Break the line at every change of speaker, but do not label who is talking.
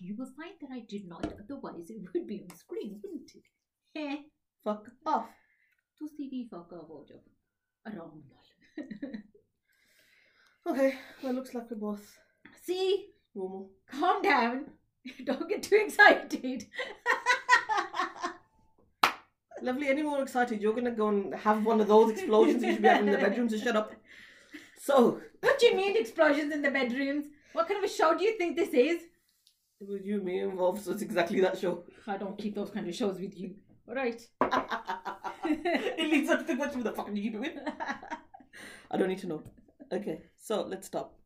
you will find that I did not, otherwise it would be on screen, wouldn't it? Eh,
Fuck off.
ਤੁਸੀਂ ਵੀ ਫੱਕਾ ਹੋ ਜਾਓ ਆਰਾਮ ਨਾਲ
Okay, that looks like we're both
See?
normal.
Calm down. Don't get too excited.
Lovely. Any more excited? You're gonna go and have one of those explosions you should be having in the bedroom. So shut up. So
What do you mean explosions in the bedrooms? What kind of a show do you think this is?
it was you and me involved, so it's exactly that show.
I don't keep those kind of shows with you. All right.
it leads up to the question with the fucking you keep it with. I don't need to know. Okay, so let's stop.